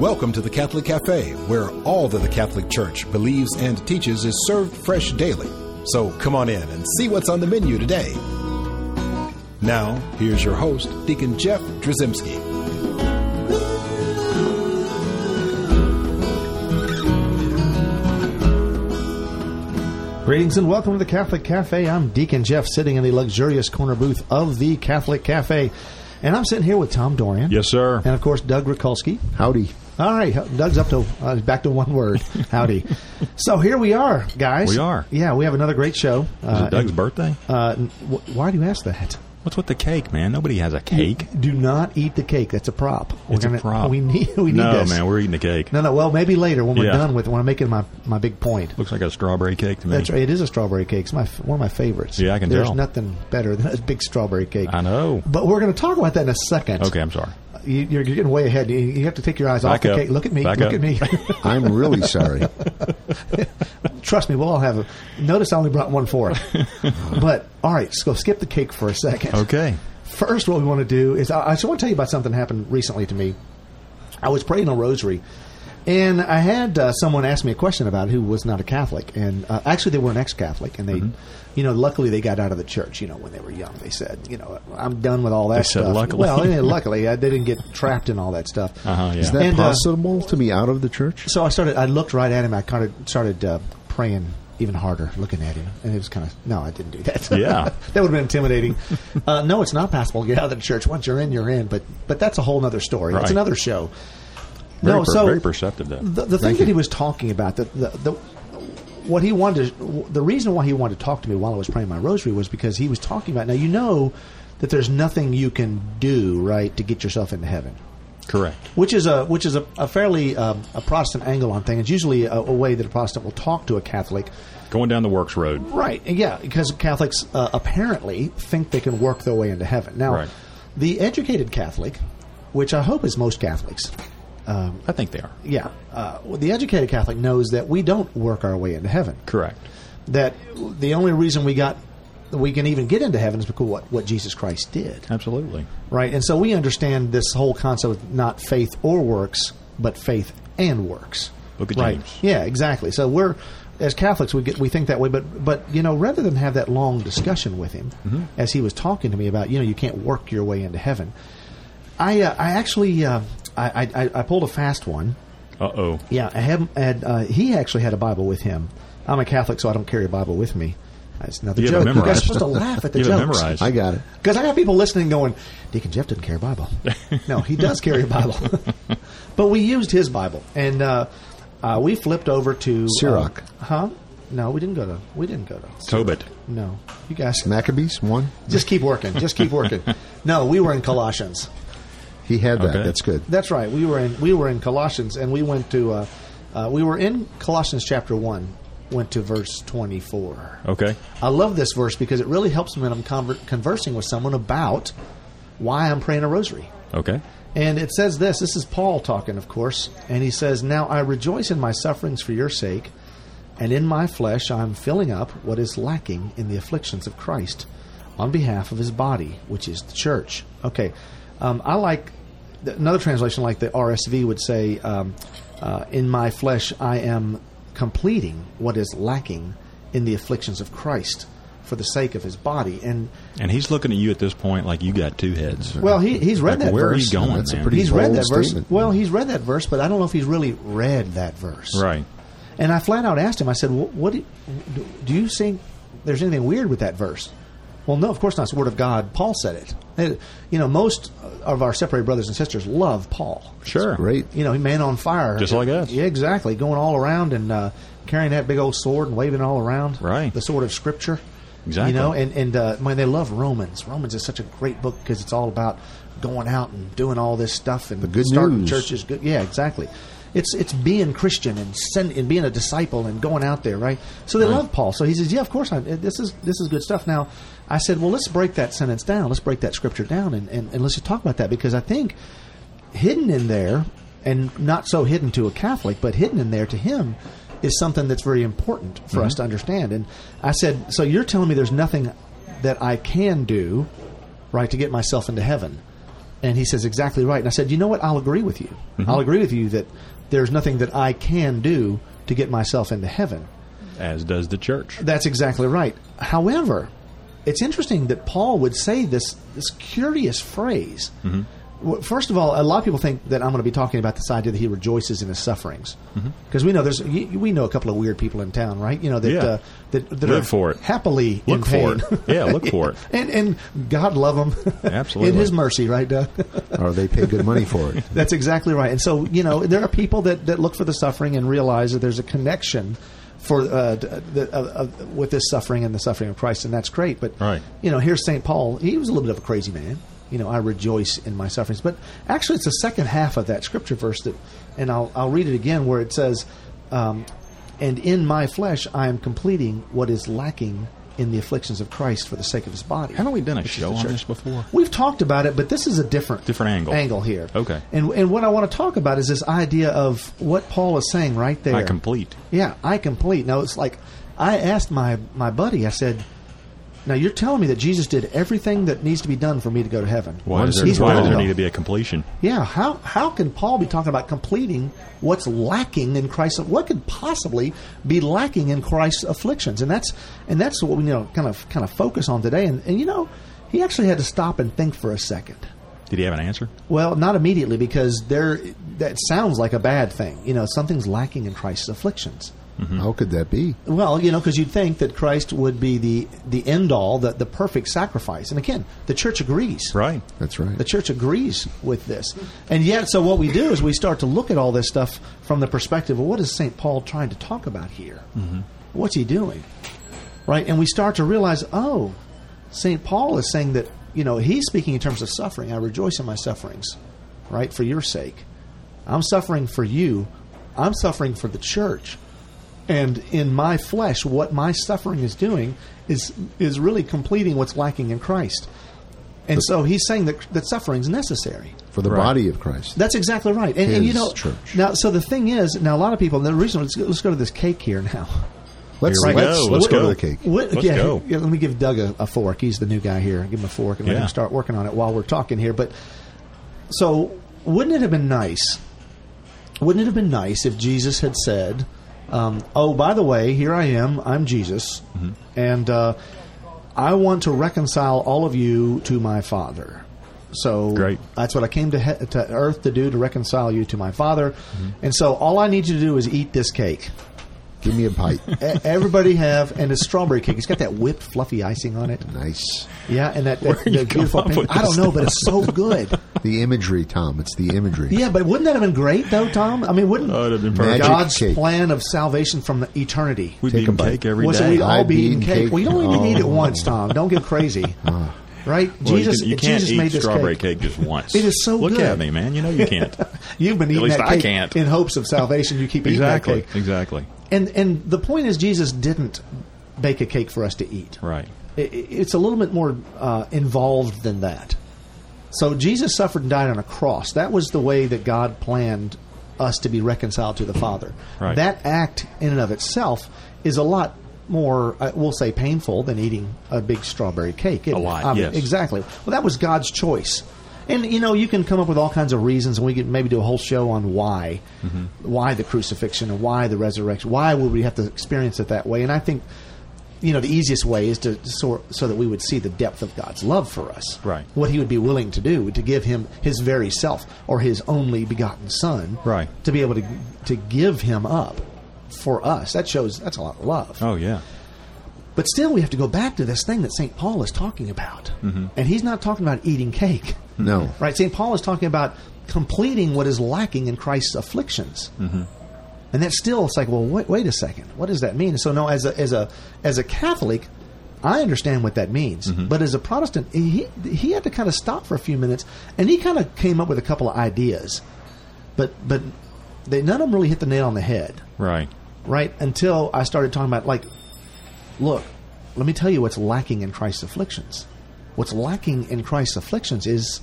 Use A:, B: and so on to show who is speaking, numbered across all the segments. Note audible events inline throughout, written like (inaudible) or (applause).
A: Welcome to the Catholic Cafe, where all that the Catholic Church believes and teaches is served fresh daily. So come on in and see what's on the menu today. Now, here's your host, Deacon Jeff Drzymski.
B: Greetings and welcome to the Catholic Cafe. I'm Deacon Jeff, sitting in the luxurious corner booth of the Catholic Cafe, and I'm sitting here with Tom Dorian.
C: Yes, sir.
B: And of course, Doug Rakulski.
D: Howdy.
B: All right, Doug's up to uh, back to one word. Howdy. so here we are, guys.
C: We are.
B: Yeah, we have another great show.
C: Is it Doug's birthday?
B: uh, n- wh- why do you ask that?
C: What's with the cake, man? Nobody has a cake.
B: Do not eat the cake. That's a prop. We're
C: It's a prop.
B: We need. (laughs) We need
C: no,
B: this.
C: man, we're eating the cake.
B: no, no. Well, maybe later when we're
C: Yeah.
B: done with. it, When I'm making my my big point.
C: Looks like a strawberry cake to me.
B: That's right. It is a strawberry cake. It's my one of my favorites.
C: Mm. Yeah, I can
B: There's
C: tell.
B: nothing better than a big strawberry cake.
C: I know.
B: But we're going to talk about that in a second.
C: Okay, I'm sorry.
B: You, you're, you're getting way ahead. You, you have to take your eyes off
C: Back
B: the
C: up.
B: cake. Look at me.
C: Back
B: Look
C: up.
B: at
C: (laughs)
B: me. (laughs)
D: I'm really sorry.
B: Trust me, we'll all have. A, notice I only brought one for
C: (laughs)
B: it. but all right, so skip the cake for a second.
C: Okay.
B: First, what we want to do is I, I just want to tell you about something that happened recently to me. I was praying a rosary, and I had uh, someone ask me a question about it who was not a Catholic, and uh, actually they were an ex-Catholic, and they,
C: Mm-hmm.
B: you know, luckily they got out of the church. You know, when they were young, they said, you know, I'm done with all that
C: said
B: stuff.
C: luckily.
B: Well,
C: (laughs)
B: yeah, luckily I, they didn't get trapped in all that stuff.
C: Uh-huh, yeah.
D: Is that
B: And, uh,
D: possible to be out of the church?
B: So I started. I looked right at him. I kind of started uh, praying even harder, looking at him, and it was kind of no, I didn't do that. (laughs)
C: Yeah.
B: that would have been intimidating. (laughs) uh, no, it's not possible to get out of the church. Once you're in, you're in. But but that's a whole other story. That's
C: Right.
B: another show.
C: Very,
B: no,
C: per-
B: so
C: very perceptive, though.
B: the, the thing
D: Thank
B: that
D: you.
B: he was talking about, the, the, the what he wanted, to, the reason why he wanted to talk to me while I was praying my rosary was because he was talking about. Now you know that there's nothing you can do right to get yourself into heaven
C: Correct.
B: which is a which is a, a fairly um, a Protestant angle on things. It's usually a, a way that a Protestant will talk to a Catholic,
C: Going down the works road.
B: right? and Yeah, because Catholics uh, apparently think they can work their way into heaven. Now,
C: Right.
B: the educated Catholic, which I hope is most Catholics,
C: I think they are.
B: yeah, uh, the educated Catholic knows that we don't work our way into heaven.
C: Correct.
B: That the only reason we got we can even get into heaven is because of what what Jesus Christ did.
C: Absolutely.
B: right? And so we understand this whole concept of not faith or works, but faith and works.
C: Book of
B: right?
C: James.
B: Yeah, exactly. So we're as Catholics, we get we think that way, but but you know, rather than have that long discussion with him,
C: Mm-hmm.
B: as he was talking to me about, you know, you can't work your way into heaven. I uh, I actually uh, I, I I pulled a fast one.
C: Uh oh.
B: Yeah, I had, had uh, he actually had a Bible with him. I'm a Catholic, so I don't carry a Bible with me. That's another
C: You have
B: joke.
C: it
B: You guys are
C: memorized.
B: supposed to laugh at the
C: (laughs) You have
B: jokes.
C: it memorized.
D: I got it.
B: Because I got people listening going, Deacon Jeff didn't carry a Bible. No, he does carry a Bible. (laughs) but we used his Bible, and uh, uh, we flipped over to uh,
D: Sirach.
B: huh? No, we didn't go to. We didn't go to.
C: Tobit.
B: No, you guys
D: Maccabees, one.
B: just keep working. Just keep working. No, we were in Colossians.
D: He had that.
C: Okay.
D: That's good.
B: That's right. We were in we were in Colossians, and we went to uh, uh, we were in Colossians chapter one, went to verse twenty four.
C: Okay.
B: I love this verse because it really helps me when I'm conver- conversing with someone about why I'm praying a rosary.
C: Okay.
B: And it says this this is Paul talking, of course. And he says, Now I rejoice in my sufferings for your sake, and in my flesh I am filling up what is lacking in the afflictions of Christ on behalf of his body, which is the church. Okay. Um, I like th- another translation, like the RSV would say, um, uh, In my flesh I am completing what is lacking in the afflictions of Christ for the sake of his body. And
C: And he's looking at you at this point like you got two heads.
B: well, he, he's read
C: Like,
B: that
C: where are you
B: verse.
C: going,
D: That's a
C: man?
D: pretty
B: he's read
D: bold
B: that verse.
D: statement.
B: Well, he's read that verse, but I don't know if he's really read that verse.
C: right.
B: And I flat out asked him. I said, "Wh- "What do do- do you think? There's anything weird with that verse?" Well, no, of course not. It's the Word of God. Paul said it. And, You know, most of our separated brothers and sisters love Paul.
C: Sure.
D: Great.
B: You know, he man on fire,
C: Just like us.
B: Yeah, exactly. Going all around and uh, carrying that big old sword and waving it all around.
C: Right.
B: The sword of Scripture.
C: Exactly.
B: You know, and and uh, man, they love Romans. Romans is such a great book because it's all about going out and doing all this stuff and
D: good
B: starting
D: news.
B: churches. Good, yeah, exactly. It's it's being Christian and send, and being a disciple and going out there, right? So they love Paul. So he says, "Yeah, of course. I, this is this is good stuff." Now, I said, "Well, let's break that sentence down. Let's break that scripture down, and, and, and let's just talk about that because I think hidden in there, and not so hidden to a Catholic, but hidden in there to him, is something that's very important for us to understand. And I said, so you're telling me there's nothing that I can do, right, to get myself into heaven, And he says, exactly right. And I said, you know what? I'll agree with you.
C: Mm-hmm.
B: I'll agree with you that there's nothing that I can do to get myself into heaven.
C: as does the church.
B: That's exactly right. However, it's interesting that Paul would say this this curious phrase.
C: Mm-hmm.
B: Well, First of all, a lot of people think that I'm going to be talking about this idea that he rejoices in his sufferings,
C: Mm-hmm.
B: because we know there's y- we know a couple of weird people in town, right? You know that
C: Yeah.
B: uh, that, that
C: Live
B: are
C: for it.
B: happily in
C: Look for
B: pain.
C: it. Yeah, look for it.
B: (laughs) and and God love them (laughs) in
C: Absolutely.
B: His mercy, right, Doug?
D: or they pay good money for (laughs) it.
B: That's exactly right. And so, you know, there are people that, that look for the suffering and realize that there's a connection for uh, d- the, uh, uh, with this suffering and the suffering of Christ, and that's great. But
C: Right.
B: you know, here's Saint Paul. He was a little bit of a crazy man. You know, I rejoice in my sufferings. But actually, it's the second half of that scripture verse that, and I'll I'll read it again where it says, um, "And in my flesh I am completing what is lacking." In the afflictions of Christ for the sake of His body.
C: Haven't we done a
B: Which is
C: show
B: the
C: on
B: church.
C: this before?
B: We've talked about it, but this is a different
C: Different angle.
B: angle here.
C: Okay.
B: And and what I want to talk about is this idea of what Paul is saying right there.
C: I complete.
B: Yeah, I complete. Now it's like I asked my my buddy. I said, "Now you're telling me that Jesus did everything that needs to be done for me to go to heaven."
C: Why does there,
B: He's
C: why
B: gone.
C: does there need to be a completion?
B: Yeah, how how can Paul be talking about completing what's lacking in Christ's? What could possibly be lacking in Christ's afflictions? And that's and that's what we you know kind of kind of focus on today. And, and you know, he actually had to stop and think for a second.
C: Did he have an answer?
B: Well, not immediately because there that sounds like a bad thing. You know, something's lacking in Christ's afflictions.
D: How could that be?
B: Well, you know, because you'd think that Christ would be the the end all, the, the perfect sacrifice. And again, the church agrees.
C: Right.
D: That's right.
B: The church agrees with this. And yet, so what we do is we start to look at all this stuff from the perspective of what is St. Paul trying to talk about here? Mm-hmm. What's he doing? Right? And we start to realize, oh, St. Paul is saying that, you know, he's speaking in terms of suffering. I rejoice in my sufferings, right? For your sake. I'm suffering for you. I'm suffering for the church. And in my flesh, what my suffering is doing is is really completing what's lacking in Christ. And so he's saying that that suffering's necessary.
D: For the body of Christ.
B: That's exactly right. And, and you
D: His
B: know,
D: church.
B: now so the thing is, now a lot of people. The reason let's go, let's go to this cake here now.
D: Let's,
C: Here we
D: let's,
C: go.
D: let's
C: Let's
D: go to
C: go.
D: the cake.
B: What,
C: Let's
B: yeah,
C: go.
B: yeah, let me give Doug a, a fork. He's the new guy here. Give him a fork and let
C: Yeah.
B: him start working on it while we're talking here. But so, wouldn't it have been nice? Wouldn't it have been nice if Jesus had said, um, "Oh, by the way, here I am. I'm Jesus,
C: Mm-hmm.
B: and uh, I want to reconcile all of you to my Father." So
C: Great.
B: that's what I came to, he- to Earth to do to reconcile you to my Father,
C: Mm-hmm.
B: and so all I need you to do is eat this cake.
D: Give me a bite. (laughs) Eh,
B: E- Everybody have, and it's strawberry cake. It's got that whipped, fluffy icing on it.
D: nice.
B: Yeah, and that, that,
C: Where you
B: that
C: come
B: beautiful
C: up
B: pink.
C: with
B: I don't
C: this
B: know, but it's so good.
D: The imagery, Tom. It's the imagery.
B: Yeah, but wouldn't that have been great, though, Tom? I mean, wouldn't
C: Oh, it'd have been perfect.
D: Magic
B: God's
D: cake.
B: plan of salvation from the eternity?
C: We'd
D: Take
C: be
D: a
C: eating
D: bite.
C: cake every
B: was that
C: day.
B: we'd all
D: I'd
B: be
D: be
B: eating
D: eating
B: cake.
D: cake.
B: Well, you don't even
D: Oh.
B: eat it once, Tom. Don't get crazy.
D: (laughs)
B: right?
C: Well, you
B: Jesus,
C: can- you, can't
B: Jesus
C: eat
B: made this
C: strawberry
B: cake.
C: cake. just once.
B: It is so
C: Look
B: good.
C: at me, man. You know
B: (laughs)
C: you can't.
B: You've been eating
C: least
B: that
C: I
B: cake
C: can't.
B: in hopes of salvation. You keep eating that
C: exactly.
B: cake.
C: Exactly.
B: And and the point is, Jesus didn't bake a cake for us to eat.
C: Right.
B: I- i- It's a little bit more uh, involved than that. So Jesus suffered and died on a cross. That was the way that God planned us to be reconciled to the Father.
C: Right.
B: That act, in and of itself, is a lot more, uh, we'll say, painful than eating a big strawberry cake. isn't
C: A
B: it?
C: lot,
B: I mean,
C: yes.
B: Exactly. Well, that was God's choice. And you know you can come up with all kinds of reasons, and we could maybe do a whole show on why,
C: Mm-hmm.
B: why the crucifixion and why the resurrection. Why would we have to experience it that way? And I think, you know, the easiest way is to so, so that we would see the depth of God's love for us,
C: Right.
B: What He would be willing to do to give Him His very self or His only begotten Son,
C: Right.
B: To be able to to give Him up for us. That shows that's a lot of love.
C: Oh yeah.
B: But still, we have to go back to this thing that St. Paul is talking about. And he's not talking about eating cake.
A: Hmm.
D: No.
B: Right? St. Paul is talking about completing what is lacking in Christ's afflictions. And that's still, it's like, well, wait, wait a second. What does that mean? And so, no, as a, as a, as a Catholic, I understand what that means. But as a Protestant, he, he had to kind of stop for a few minutes and he kind of came up with a couple of ideas. But, but they, none of them really hit the nail on the head
C: Right.
B: right? Until I started talking about, like, look, let me tell you what's lacking in Christ's afflictions. What's lacking in Christ's afflictions is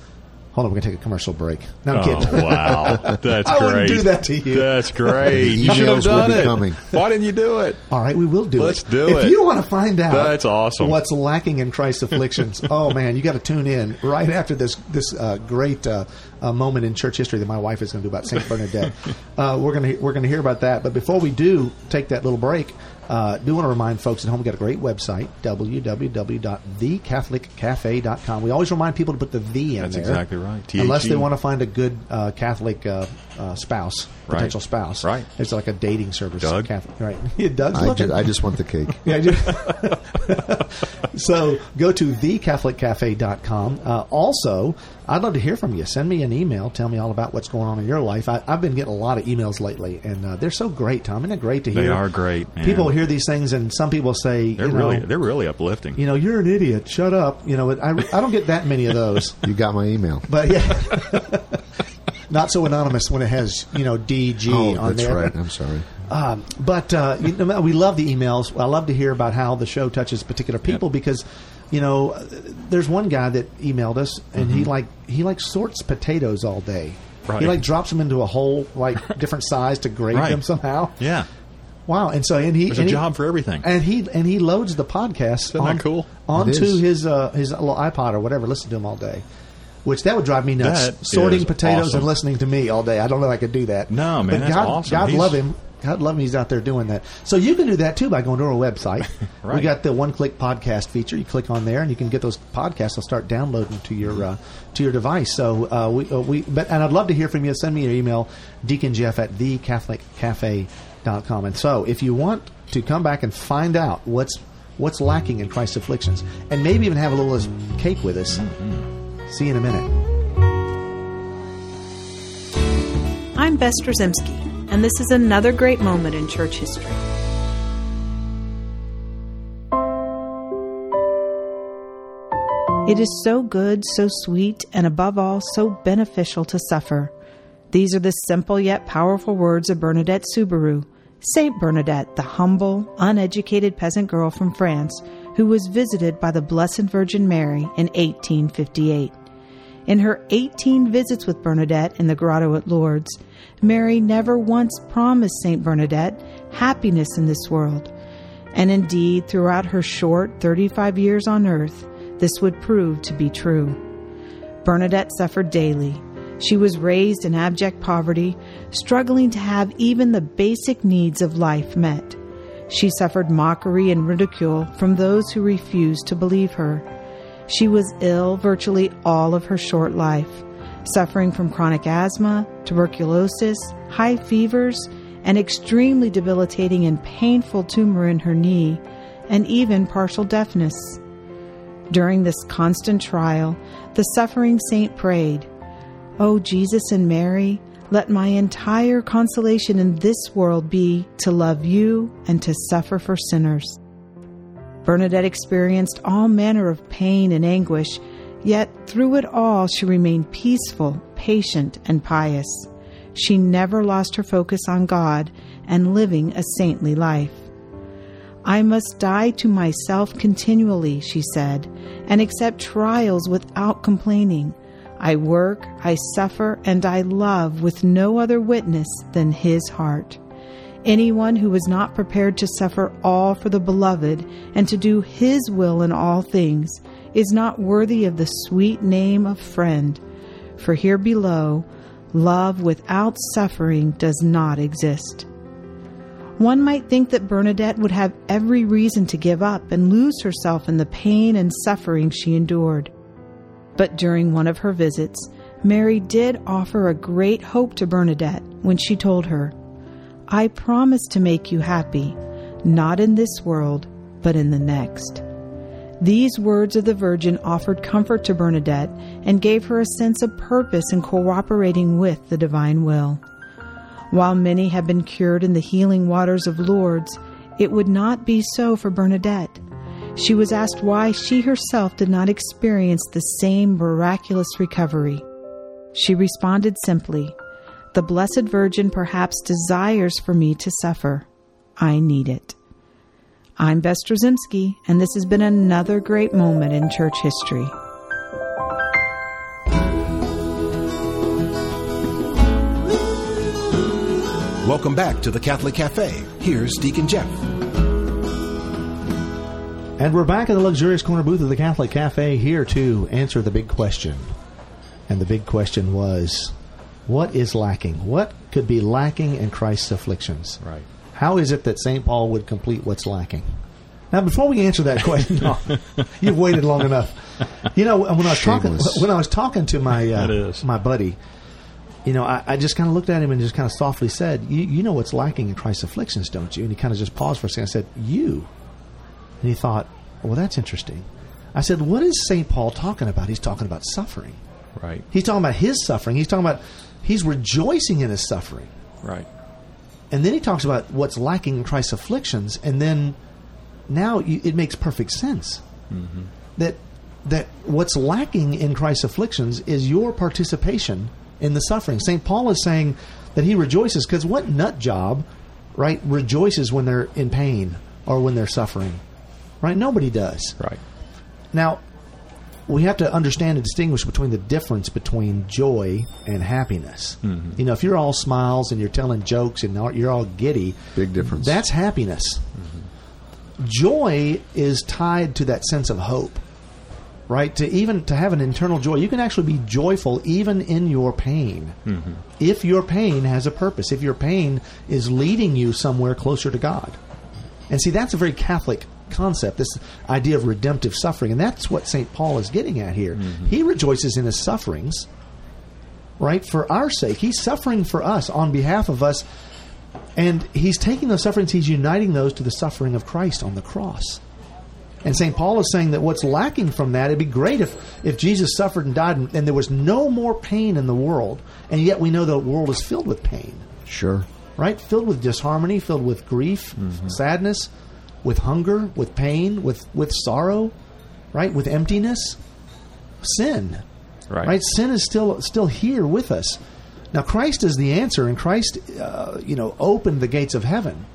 B: Hold on, we're going to take a commercial break. No, I'm
C: Oh,
B: kidding. (laughs)
C: wow. That's
B: I
C: great.
B: wouldn't do that to (laughs) you.
C: That's great. you should have
D: emails will
C: done
D: be
C: it.
D: coming.
C: Why didn't you do it?
B: All right, we will do
C: Let's
B: it.
C: do
B: if
C: it.
B: you want to find out
C: That's awesome.
B: what's lacking in Christ's
C: (laughs)
B: afflictions, oh man, you got to tune in right after this this uh, great uh, uh, moment in church history that my wife is going to do about Saint
C: (laughs)
B: Bernadette. uh, we're gonna we're gonna hear about that. But before we do take that little break, uh, do want to remind folks at home we got a great website www.thecatholiccafe.com. We always remind people to put the "the" in
C: That's
B: there.
C: exactly right. THE.
B: Unless they want to find a good uh, Catholic uh, uh, spouse,
C: Right.
B: potential spouse.
C: Right.
B: It's like a dating service.
C: Doug?
B: Catholic, right? (laughs) Yeah, Doug's
D: I,
B: looking.
D: ju- I just want the cake.
B: Yeah, I do. (laughs) so go to thecatholiccafe.com. Uh, also, I'd love to hear from you. Send me an email. Tell me all about what's going on in your life. I, I've been getting a lot of emails lately, and uh, they're so great, Tom. Isn't it great to hear?
C: They are great, man.
B: People hear these things, and some people say,
C: They're
B: you know,
C: really, they're really uplifting.
B: you know, you're an idiot. Shut up. You know, I, I don't get that many of those.
D: You got my
B: (laughs)
D: email.
B: But yeah, (laughs) not so anonymous when it has you know DG
D: Oh,
B: on
D: that's
B: there.
D: right. I'm sorry.
B: Um, but uh, you know, we love the emails. I love to hear about how the show touches particular people because, you know, there's one guy that emailed us and he like he like sorts potatoes all day.
C: Mm-hmm. Right.
B: He like drops them into a whole
C: (laughs)
B: like different size to grade
C: Right.
B: them somehow.
C: yeah.
B: Wow. And so and he
C: There's a
B: and he-
C: job for everything.
B: And he and he loads the podcast.
C: that
B: on,
C: cool?
B: Onto
D: It is.
B: his uh, his little iPod or whatever. Listen to him all day. Which that would drive me nuts.
C: That
B: Sorting
C: is
B: potatoes
C: awesome.
B: and listening to me all day. I don't know if I could do that.
C: No, man,
B: But
C: that's
B: God,
C: awesome.
B: God
C: He's-
B: love him. God love him. He's out there doing that. So you can do that too by going to our website. We
C: Right.
B: got the one-click podcast feature. You click on there, and you can get those podcasts. They'll start downloading to your uh, to your device. So uh, we, uh, we but and I'd love to hear from you. Send me your email, deaconjeff at thecatholiccafe.com. And so if you want to come back and find out what's what's lacking in Christ's afflictions, and maybe even have a little of this cake with us. See you in a minute.
E: I'm Bess Drzymski, and this is another great moment in church history. It is so good, so sweet, and above all, so beneficial to suffer. These are the simple yet powerful words of Bernadette Subaru, Saint Bernadette, the humble, uneducated peasant girl from France who was visited by the Blessed Virgin Mary in 1858. In her 18 visits with Bernadette in the grotto at Lourdes, Mary never once promised St. Bernadette happiness in this world. And indeed, throughout her short 35 years on earth, this would prove to be true. Bernadette suffered daily. She was raised in abject poverty, struggling to have even the basic needs of life met. She suffered mockery and ridicule from those who refused to believe her. She was ill virtually all of her short life, suffering from chronic asthma, tuberculosis, high fevers, an extremely debilitating and painful tumor in her knee, and even partial deafness. During this constant trial, the suffering saint prayed, O Jesus and Mary, let my entire consolation in this world be to love you and to suffer for sinners. Bernadette experienced all manner of pain and anguish, yet through it all she remained peaceful, patient, and pious. She never lost her focus on God and living a saintly life. I must die to myself continually, she said, and accept trials without complaining. I work, I suffer, and I love with no other witness than his heart. Anyone who is not prepared to suffer all for the beloved and to do his will in all things is not worthy of the sweet name of friend. For here below, love without suffering does not exist. One might think that Bernadette would have every reason to give up and lose herself in the pain and suffering she endured. But during one of her visits, Mary did offer a great hope to Bernadette when she told her, I promise to make you happy, not in this world, but in the next. These words of the Virgin offered comfort to Bernadette and gave her a sense of purpose in cooperating with the divine will. While many have been cured in the healing waters of Lourdes, it would not be so for Bernadette. She was asked why she herself did not experience the same miraculous recovery. She responded simply, The Blessed Virgin perhaps desires for me to suffer. I need it. I'm Bess Drzymski, and this has been another great moment in church history.
A: Welcome back to the Catholic Cafe. Here's Deacon Jeff.
B: And we're back in the luxurious corner booth of the Catholic Cafe here to answer the big question. And the big question was what is lacking? What could be lacking in Christ's afflictions?
C: Right.
B: How is it that St. Paul would complete what's lacking? Now, before we answer that (laughs) question, no, you've waited long enough. You know, when I was
D: Shameless.
B: talking when I was talking to my
C: (laughs) That
B: uh,
C: is.
B: my buddy, you know, I, I just kind of looked at him and just kind of softly said, you, "You know what's lacking in Christ's afflictions, don't you?" And he kind of just paused for a second. I said, "You." And he thought, well, that's interesting. I said, what is St. Paul talking about? He's talking about suffering.
C: Right.
B: He's talking about his suffering. He's talking about he's rejoicing in his suffering.
C: Right.
B: And then he talks about what's lacking in Christ's afflictions. And then now you, it makes perfect sense that that what's lacking in Christ's afflictions is your participation in the suffering. St. Paul is saying that he rejoices because what nut job, right, rejoices when they're in pain or when they're suffering? Right? Nobody does.
C: Right.
B: Now, we have to understand and distinguish between the difference between joy and happiness.
D: Mm-hmm.
B: You know, if you're all smiles and you're telling jokes and all- you're all giddy,
D: Big difference. Mm-hmm.
B: That's happiness. Joy is tied to that sense of hope. Right? To even to have an internal joy, you can actually be joyful even in your pain.
D: Mm-hmm.
B: If your pain has a purpose, if your pain is leading you somewhere closer to God. And see, that's a very Catholic concept, this idea of redemptive suffering. And that's what St. Paul is getting at here. He rejoices in his sufferings, right, for our sake. He's suffering for us, on behalf of us. And he's taking those sufferings, he's uniting those to the suffering of Christ on the cross. And St. Paul is saying that what's lacking from that, it'd be great if, if Jesus suffered and died and, and there was no more pain in the world. And yet we know the world is filled with pain
D: Sure.
B: right? Filled with disharmony, filled with grief, sadness, with hunger, with pain, with, with sorrow, right? With emptiness, sin,
C: Right.
B: right? Sin is still still here with us. Now Christ is the answer, and Christ, uh, you know, opened the gates of heaven,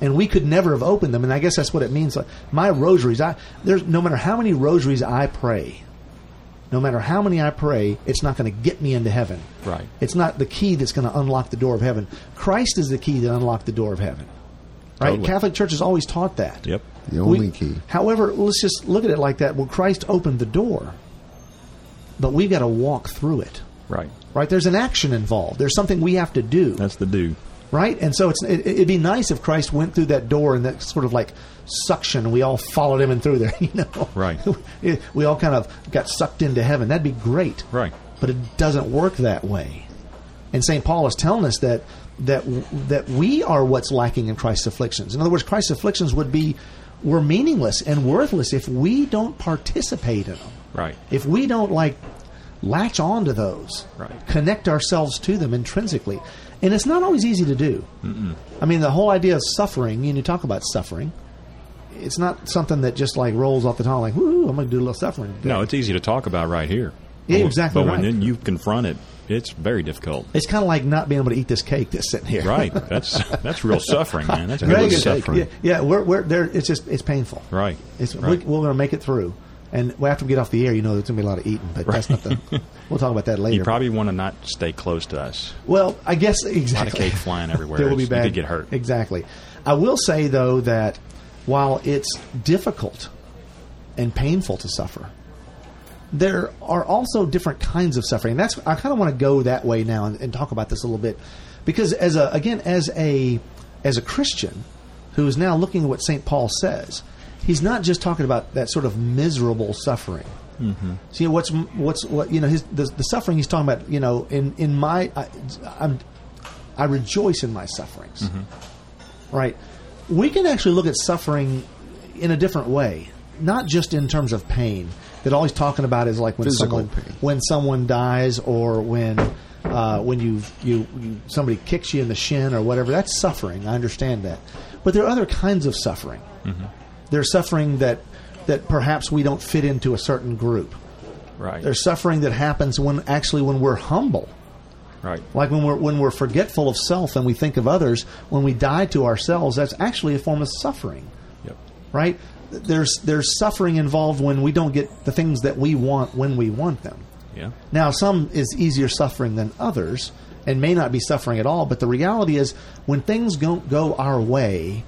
B: and we could never have opened them. And I guess that's what it means. Like my rosaries, I there's no matter how many rosaries I pray, no matter how many I pray, it's not going to get me into heaven.
C: Right.
B: It's not the key that's going to unlock the door of heaven. Christ is the key that unlocked the door of heaven. Right?
C: Totally.
B: Catholic Church has always taught that.
C: Yep.
D: The
B: We-
D: only key.
B: However, let's just look at it like that. Well, Christ opened the door, but we've got to walk through it.
C: Right.
B: Right? There's an action involved. There's something we have to do.
C: That's the do.
B: right? And so it's it, it'd be nice if Christ went through that door and that sort of like suction. We all followed him and through there. (laughs) You know,
C: Right.
B: we all kind of got sucked into heaven. That'd be great.
C: Right.
B: But it doesn't work that way. And St. Paul is telling us that that that we are what's lacking in Christ's afflictions. In other words, Christ's afflictions would be were meaningless and worthless if we don't participate in them.
C: Right.
B: If we don't like latch on to those,
C: Right.
B: connect ourselves to them intrinsically, and it's not always easy to do. I mean, the whole idea of suffering, and you talk about suffering, it's not something that just like rolls off the tongue like, woo, I'm going to do a little suffering. today."
C: No, it's easy to talk about right here.
B: Yeah,
C: But-
B: exactly
C: But
B: right.
C: when then you confront it, it's very difficult.
B: It's kind of like not being able to eat this cake that's sitting here. (laughs)
C: Right. That's that's real suffering, man. That's
B: Greg,
C: real
B: it's-
C: suffering.
B: Yeah, yeah we're, we're there. It's just it's painful.
C: Right.
B: It's,
C: Right.
B: We, we're going to make it through, and well, after we get off the air, you know there's going to be a lot of eating, but that's not the. (laughs) We'll talk about that later.
C: You probably want to not stay close to us.
B: well, I guess exactly.
C: A lot of cake flying everywhere.
B: There will be
C: You
B: bad.
C: could get hurt.
B: Exactly. I will say though that while it's difficult and painful to suffer, there are also different kinds of suffering. That's I kind of want to go that way now and, and talk about this a little bit because as a again as a as a Christian who is now looking at what St. Paul says, he's not just talking about that sort of miserable suffering.
C: Mm-hmm.
B: See what's what's what you know his the, the suffering he's talking about. You know, in in my I, I'm I rejoice in my sufferings.
D: Mm-hmm.
B: Right? We can actually look at suffering in a different way, not just in terms of pain. That all he's talking about is like when
D: Physical
B: someone
D: pain.
B: when someone dies or when uh, when you, you you somebody kicks you in the shin or whatever. That's suffering. I understand that, but there are other kinds of suffering.
D: Mm-hmm.
B: There's suffering that that perhaps we don't fit into a certain group.
C: Right.
B: There's suffering that happens when actually when we're humble
C: right.
B: like when we're when we're forgetful of self and we think of others when we die to ourselves that's actually a form of suffering
C: Yep.
B: right there's there's suffering involved when we don't get the things that we want when we want them
C: Yeah.
B: now some is easier suffering than others and may not be suffering at all. But the reality is, when things don't go our way,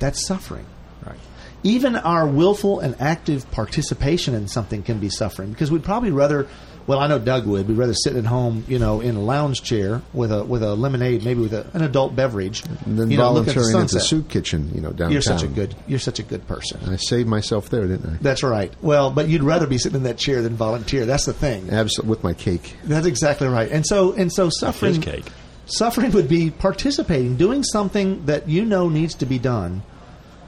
B: that's suffering.
C: Right.
B: Even our willful and active participation in something can be suffering because we'd probably rather. Well, I know Doug would. We'd rather sit at home, you know, in a lounge chair with a with a lemonade, maybe with a, an adult beverage,
D: And then
B: you know, look at the
D: volunteering at the
B: sunset.
D: soup kitchen, you know, downtown.
B: You're such a good. You're such a good person.
D: I saved myself there, didn't I?
B: That's right. Well, but you'd rather be sitting in that chair than volunteer. That's the thing.
D: Absolutely, with my cake.
B: That's exactly right. And so and so suffering
C: cake.
B: suffering would be participating, doing something that you know needs to be done,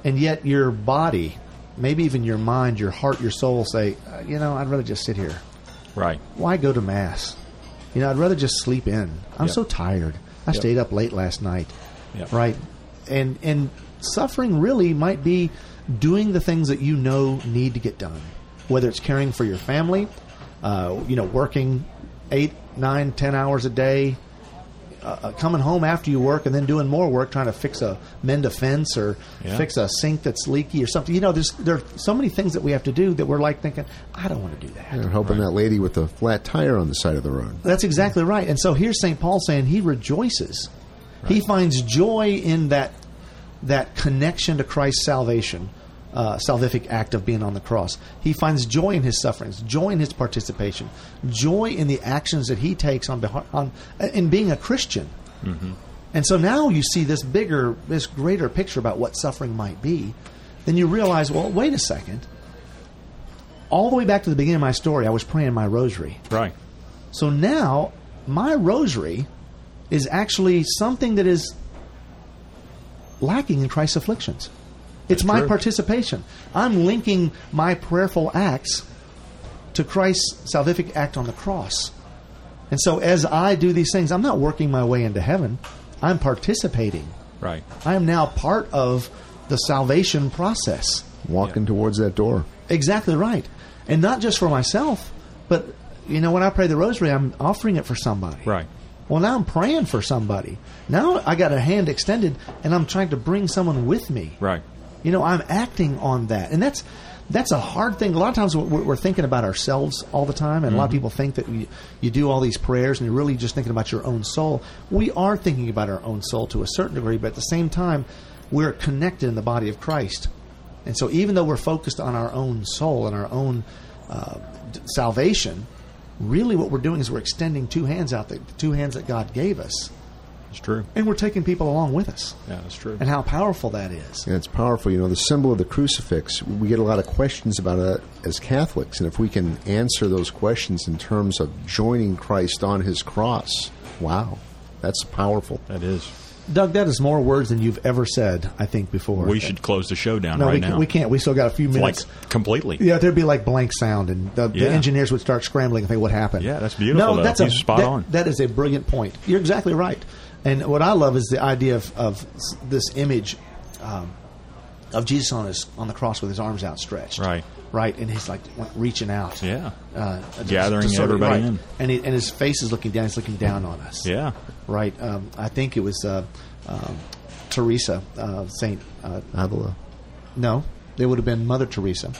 B: and yet your body, maybe even your mind, your heart, your soul say, "Uh, you know, I'd rather just sit here.
C: Right.
B: Why go to mass? You know, I'd rather just sleep in. I'm
C: Yep.
B: so tired. I
C: Yep.
B: stayed up late last night.
C: Yep.
B: Right. And and suffering really might be doing the things that you know need to get done, whether it's caring for your family, uh, you know, working eight, nine, ten hours a day, uh, uh, coming home after you work, and then doing more work trying to fix a mend a fence or
C: Yeah.
B: fix a sink that's leaky or something. You know, there's there are so many things that we have to do that we're like thinking, I don't want to do that.
D: They're helping that lady with the flat tire on the side of the road.
B: That's exactly right. And so here's St. Paul saying he rejoices. He finds joy in that that connection to Christ's salvation, uh, salvific act of being on the cross. He finds joy in his sufferings, joy in his participation, joy in the actions that he takes on behalf on in being a Christian. And so now you see this bigger, this greater picture about what suffering might be. Then you realize, well, wait a second. All the way back to the beginning of my story, I was praying my rosary.
C: Right.
B: So now my rosary is actually something that is lacking in Christ's afflictions. It's my participation. I'm linking my prayerful acts to Christ's salvific act on the cross. And so as I do these things, I'm not working my way into heaven. I'm participating.
C: Right.
B: I am now part of the salvation process.
D: Walking towards that door.
B: Exactly right. And not just for myself, but you know, when I pray the rosary, I'm offering it for somebody.
C: Right.
B: Well, now I'm praying for somebody. Now I got a hand extended and I'm trying to bring someone with me.
C: Right.
B: You know, I'm acting on that. And that's that's a hard thing. A lot of times we're, we're thinking about ourselves all the time, and a lot of
C: Mm-hmm.
B: people think that you, you do all these prayers and you're really just thinking about your own soul. We are thinking about our own soul to a certain degree, but at the same time, we're connected in the body of Christ. And so, even though we're focused on our own soul and our own uh, d- salvation, really what we're doing is we're extending two hands out, the two hands that God gave us,
C: It's true.
B: and we're taking people along with us.
C: Yeah, that's true.
B: And how powerful that is.
D: And it's powerful. You know, the symbol of the crucifix, we get a lot of questions about it as Catholics. And if we can answer those questions in terms of joining Christ on his cross, wow, that's powerful.
C: That is.
B: Doug, that is more words than you've ever said, I think, before.
C: We should close the show down
B: No,
C: right
B: we,
C: now.
B: can't, we can't. We still got a few
C: Like
B: minutes.
C: completely.
B: yeah, there'd be like blank sound, and the,
C: Yeah.
B: the engineers would start scrambling and think, "What happened?"
C: Yeah, that's beautiful,
B: No,
C: though.
B: that's a-
C: He's spot
B: that-
C: on.
B: That is a brilliant point. You're exactly right. And what I love is the idea of, of s- this image um, of Jesus on his on the cross with his arms outstretched.
C: Right.
B: Right, and he's like w- reaching out.
C: Yeah.
B: Uh, to- to
C: Gathering
B: sort of-
C: everybody
B: right.
C: in.
B: and he, and his face is looking down. He's looking down on us
C: Yeah.
B: right? Um, I think it was uh, um, Teresa uh, Saint. Uh,
D: Avila.
B: no, it would have been Mother Teresa,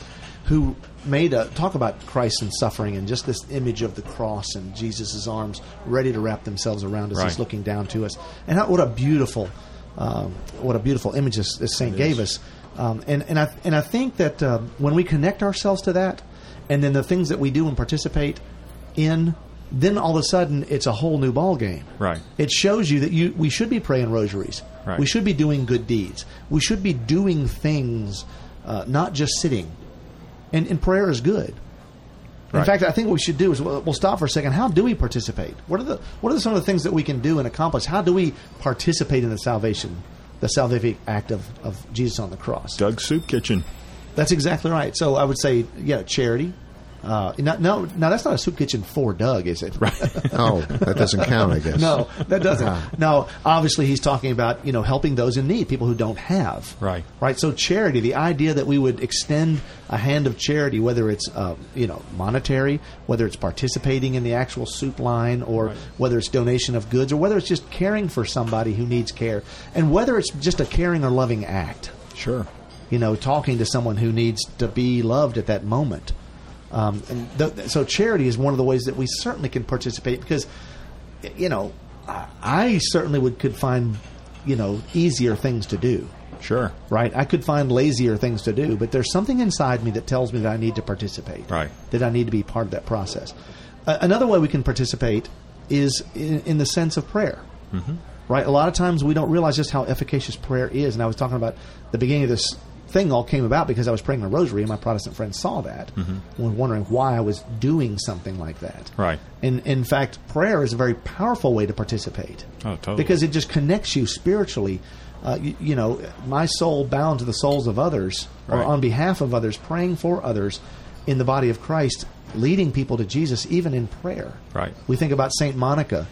B: who made a talk about Christ and suffering and just this image of the cross and Jesus' arms ready to wrap themselves around us.
C: Right.
B: He's looking down to us, and how, what a beautiful, um, what a beautiful image this, this Saint gave us. Um, and and I and I think that um, when we connect ourselves to that, and then the things that we do and participate in, then all of a sudden it's a whole new ball game.
C: Right.
B: It shows you that you we should be praying rosaries.
C: Right.
B: We should be doing good deeds. We should be doing things, uh, not just sitting. And, and prayer is good. In
C: Right.
B: fact, I think what we should do is we'll, we'll stop for a second. How do we participate? What are the what are some of the things that we can do and accomplish? How do we participate in the salvation, the salvific act of, of Jesus on the cross?
C: Doug's Soup Kitchen.
B: That's exactly right. So I would say, yeah, charity. Uh, not, no, no, that's not a soup kitchen for Doug, is it? Right. (laughs)
D: Oh, that doesn't count, I guess.
B: No, that doesn't. no, obviously he's talking about you know helping those in need, people who don't have.
C: Right.
B: Right. So charity, the idea that we would extend a hand of charity, whether it's uh, you know monetary, whether it's participating in the actual soup line, or whether it's donation of goods, or whether it's just caring for somebody who needs care, and whether it's just a caring or loving act
C: Sure.
B: you know, talking to someone who needs to be loved at that moment. Um, and th- th- so charity is one of the ways that we certainly can participate because, y- you know, I certainly would could find, you know, easier things to do.
C: Sure.
B: Right? I could find lazier things to do, but there's something inside me that tells me that I need to participate.
C: Right.
B: That I need to be part of that process. Uh, another way we can participate is in, in the sense of prayer. Mm-hmm. Right? A lot of times we don't realize just how efficacious prayer is. And I was talking about the beginning of this thing all came about because I was praying the rosary and my Protestant friends saw that
C: Mm-hmm.
B: and were wondering why I was doing something like that.
C: Right.
B: And in fact, prayer is a very powerful way to participate.
C: Oh, totally.
B: Because it just connects you spiritually. Uh, you, you know, my soul bound to the souls of others, or
C: Right.
B: on behalf of others, praying for others in the body of Christ, leading people to Jesus, even in prayer.
C: Right.
B: We think about Saint Monica,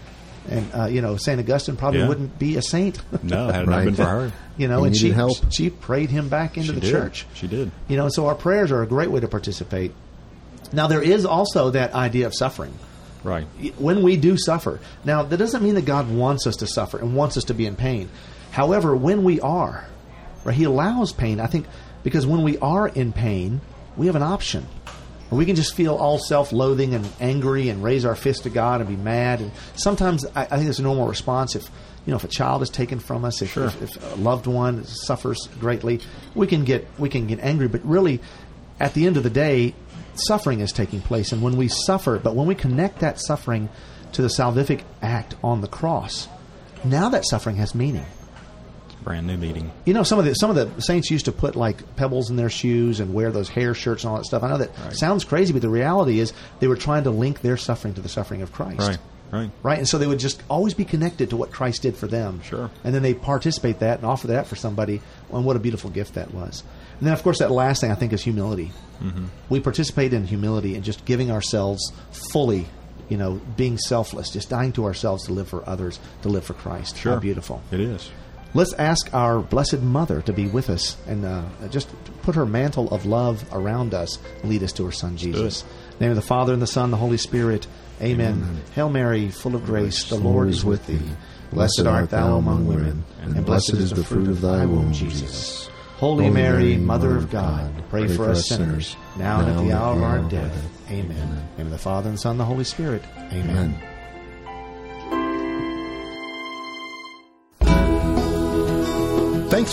B: and uh, you know, Saint Augustine probably
C: Yeah.
B: wouldn't be a saint.
C: No, had it not
D: Right.
C: been for her.
B: (laughs) you know,
D: He
B: and
D: needed
B: she
D: help.
B: she prayed him back into
C: She
B: the
C: did.
B: church.
C: She did.
B: You know, and so our prayers are a great way to participate. Now there is also that idea of suffering.
C: Right.
B: When we do suffer, now that doesn't mean that God wants us to suffer and wants us to be in pain. However, when we are, right, He allows pain. I think because when we are in pain, we have an option. We can just feel all self-loathing and angry and raise our fist to God and be mad. And sometimes I, I think it's a normal response if you know if a child is taken from us, if, if, if a loved one suffers greatly, we can get we can get angry. But really, at the end of the day, suffering is taking place, and when we suffer, but when we connect that suffering to the salvific act on the cross, now that suffering has meaning
C: Brand new meeting.
B: you know some of the some of the saints used to put like pebbles in their shoes and wear those hair shirts and all that stuff. I know that sounds crazy, but the reality is they were trying to link their suffering to the suffering of Christ.
C: Right. Right.
B: Right, and so they would just always be connected to what Christ did for them.
C: Sure.
B: And then they participate that and offer that for somebody, and what a beautiful gift that was. And then, of course, that last thing I think is humility. Mm-hmm. We participate in humility and just giving ourselves fully, you know, being selfless, just dying to ourselves to live for others, to live for Christ.
C: Sure.
B: How beautiful.
C: It is.
B: Let's ask our Blessed Mother to be with us and uh, just put her mantle of love around us, lead us to her Son Jesus. In the name of the Father and the Son, and the Holy Spirit. Amen. Hail Mary, full of grace, the Lord is with thee. Blessed art thou among women, and blessed is the fruit of thy womb, Jesus. Holy Mary, Mother of God, pray for us sinners, now and at the hour of our death. Amen. In the name of the Father and the Son, and the Holy Spirit. Amen.
D: Amen.
A: Thanks